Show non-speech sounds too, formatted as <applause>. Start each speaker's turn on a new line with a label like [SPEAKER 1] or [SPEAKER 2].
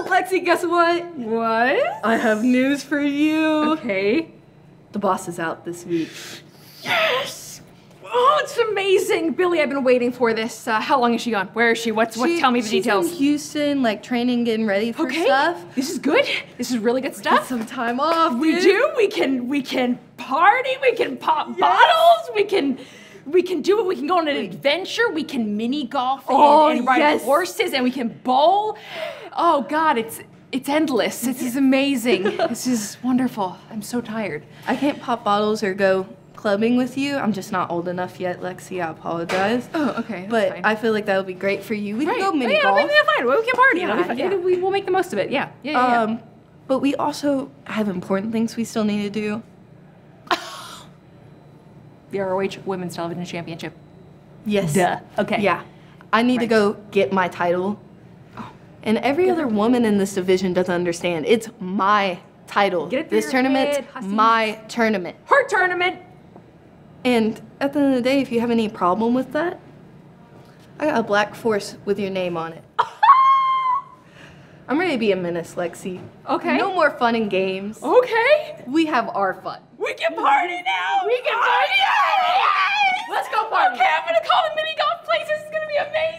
[SPEAKER 1] Lexi, guess what?
[SPEAKER 2] What?
[SPEAKER 1] I have news for you.
[SPEAKER 2] Okay.
[SPEAKER 1] The boss is out this week.
[SPEAKER 2] Yes! Oh, it's amazing, Billy. I've been waiting for this. Uh, how long is she gone? Where is she? What's what?
[SPEAKER 1] She-
[SPEAKER 2] Tell me the
[SPEAKER 1] she's
[SPEAKER 2] details.
[SPEAKER 1] in Houston, like training, getting ready for
[SPEAKER 2] okay.
[SPEAKER 1] stuff.
[SPEAKER 2] This is good. This is really good
[SPEAKER 1] Get
[SPEAKER 2] stuff. Uh,
[SPEAKER 1] some time off.
[SPEAKER 2] We
[SPEAKER 1] dude.
[SPEAKER 2] do. We can. We can party. We can pop bottles. We can. We can do it. We can go on an adventure. We can mini golf and,
[SPEAKER 1] Oh,
[SPEAKER 2] and ride
[SPEAKER 1] yes.
[SPEAKER 2] horses, and we can bowl. Oh God, it's it's endless. This
[SPEAKER 1] <laughs>
[SPEAKER 2] is amazing. this is wonderful. I'm so tired.
[SPEAKER 1] I can't pop bottles or go clubbing with you. I'm just not old enough yet, Lexi. I apologize.
[SPEAKER 2] Oh, okay. that's
[SPEAKER 1] but
[SPEAKER 2] fine.
[SPEAKER 1] I feel like that would be great for you. We
[SPEAKER 2] Right.
[SPEAKER 1] can go
[SPEAKER 2] Oh,
[SPEAKER 1] mini
[SPEAKER 2] yeah,
[SPEAKER 1] golf.
[SPEAKER 2] we can fine. We can party.
[SPEAKER 1] Yeah,
[SPEAKER 2] It'll be fine.
[SPEAKER 1] yeah.
[SPEAKER 2] It'll- we, will make the most of it. Yeah. Yeah. Yeah. yeah.
[SPEAKER 1] Um, but we also have important things we still need to do.
[SPEAKER 2] the ROH Women's Television Championship.
[SPEAKER 1] Yes.
[SPEAKER 2] Okay.
[SPEAKER 1] Yeah. I need to
[SPEAKER 2] Right. Oh.
[SPEAKER 1] go get my title. And every other woman in this division doesn't understand. It's my title.
[SPEAKER 2] Get it through
[SPEAKER 1] this
[SPEAKER 2] your
[SPEAKER 1] tournament's
[SPEAKER 2] head, hussy.
[SPEAKER 1] my tournament.
[SPEAKER 2] Her tournament.
[SPEAKER 1] And at the end of the day, if you have any problem with that, I got a black force with your name on it. I'm ready to be a menace, Lexi.
[SPEAKER 2] Okay. Oh.
[SPEAKER 1] No more fun and games.
[SPEAKER 2] <laughs> Okay.
[SPEAKER 1] We have our fun.
[SPEAKER 2] We can party now. We can party. Let's go party. Okay, I'm gonna call the mini golf place. This is gonna be amazing.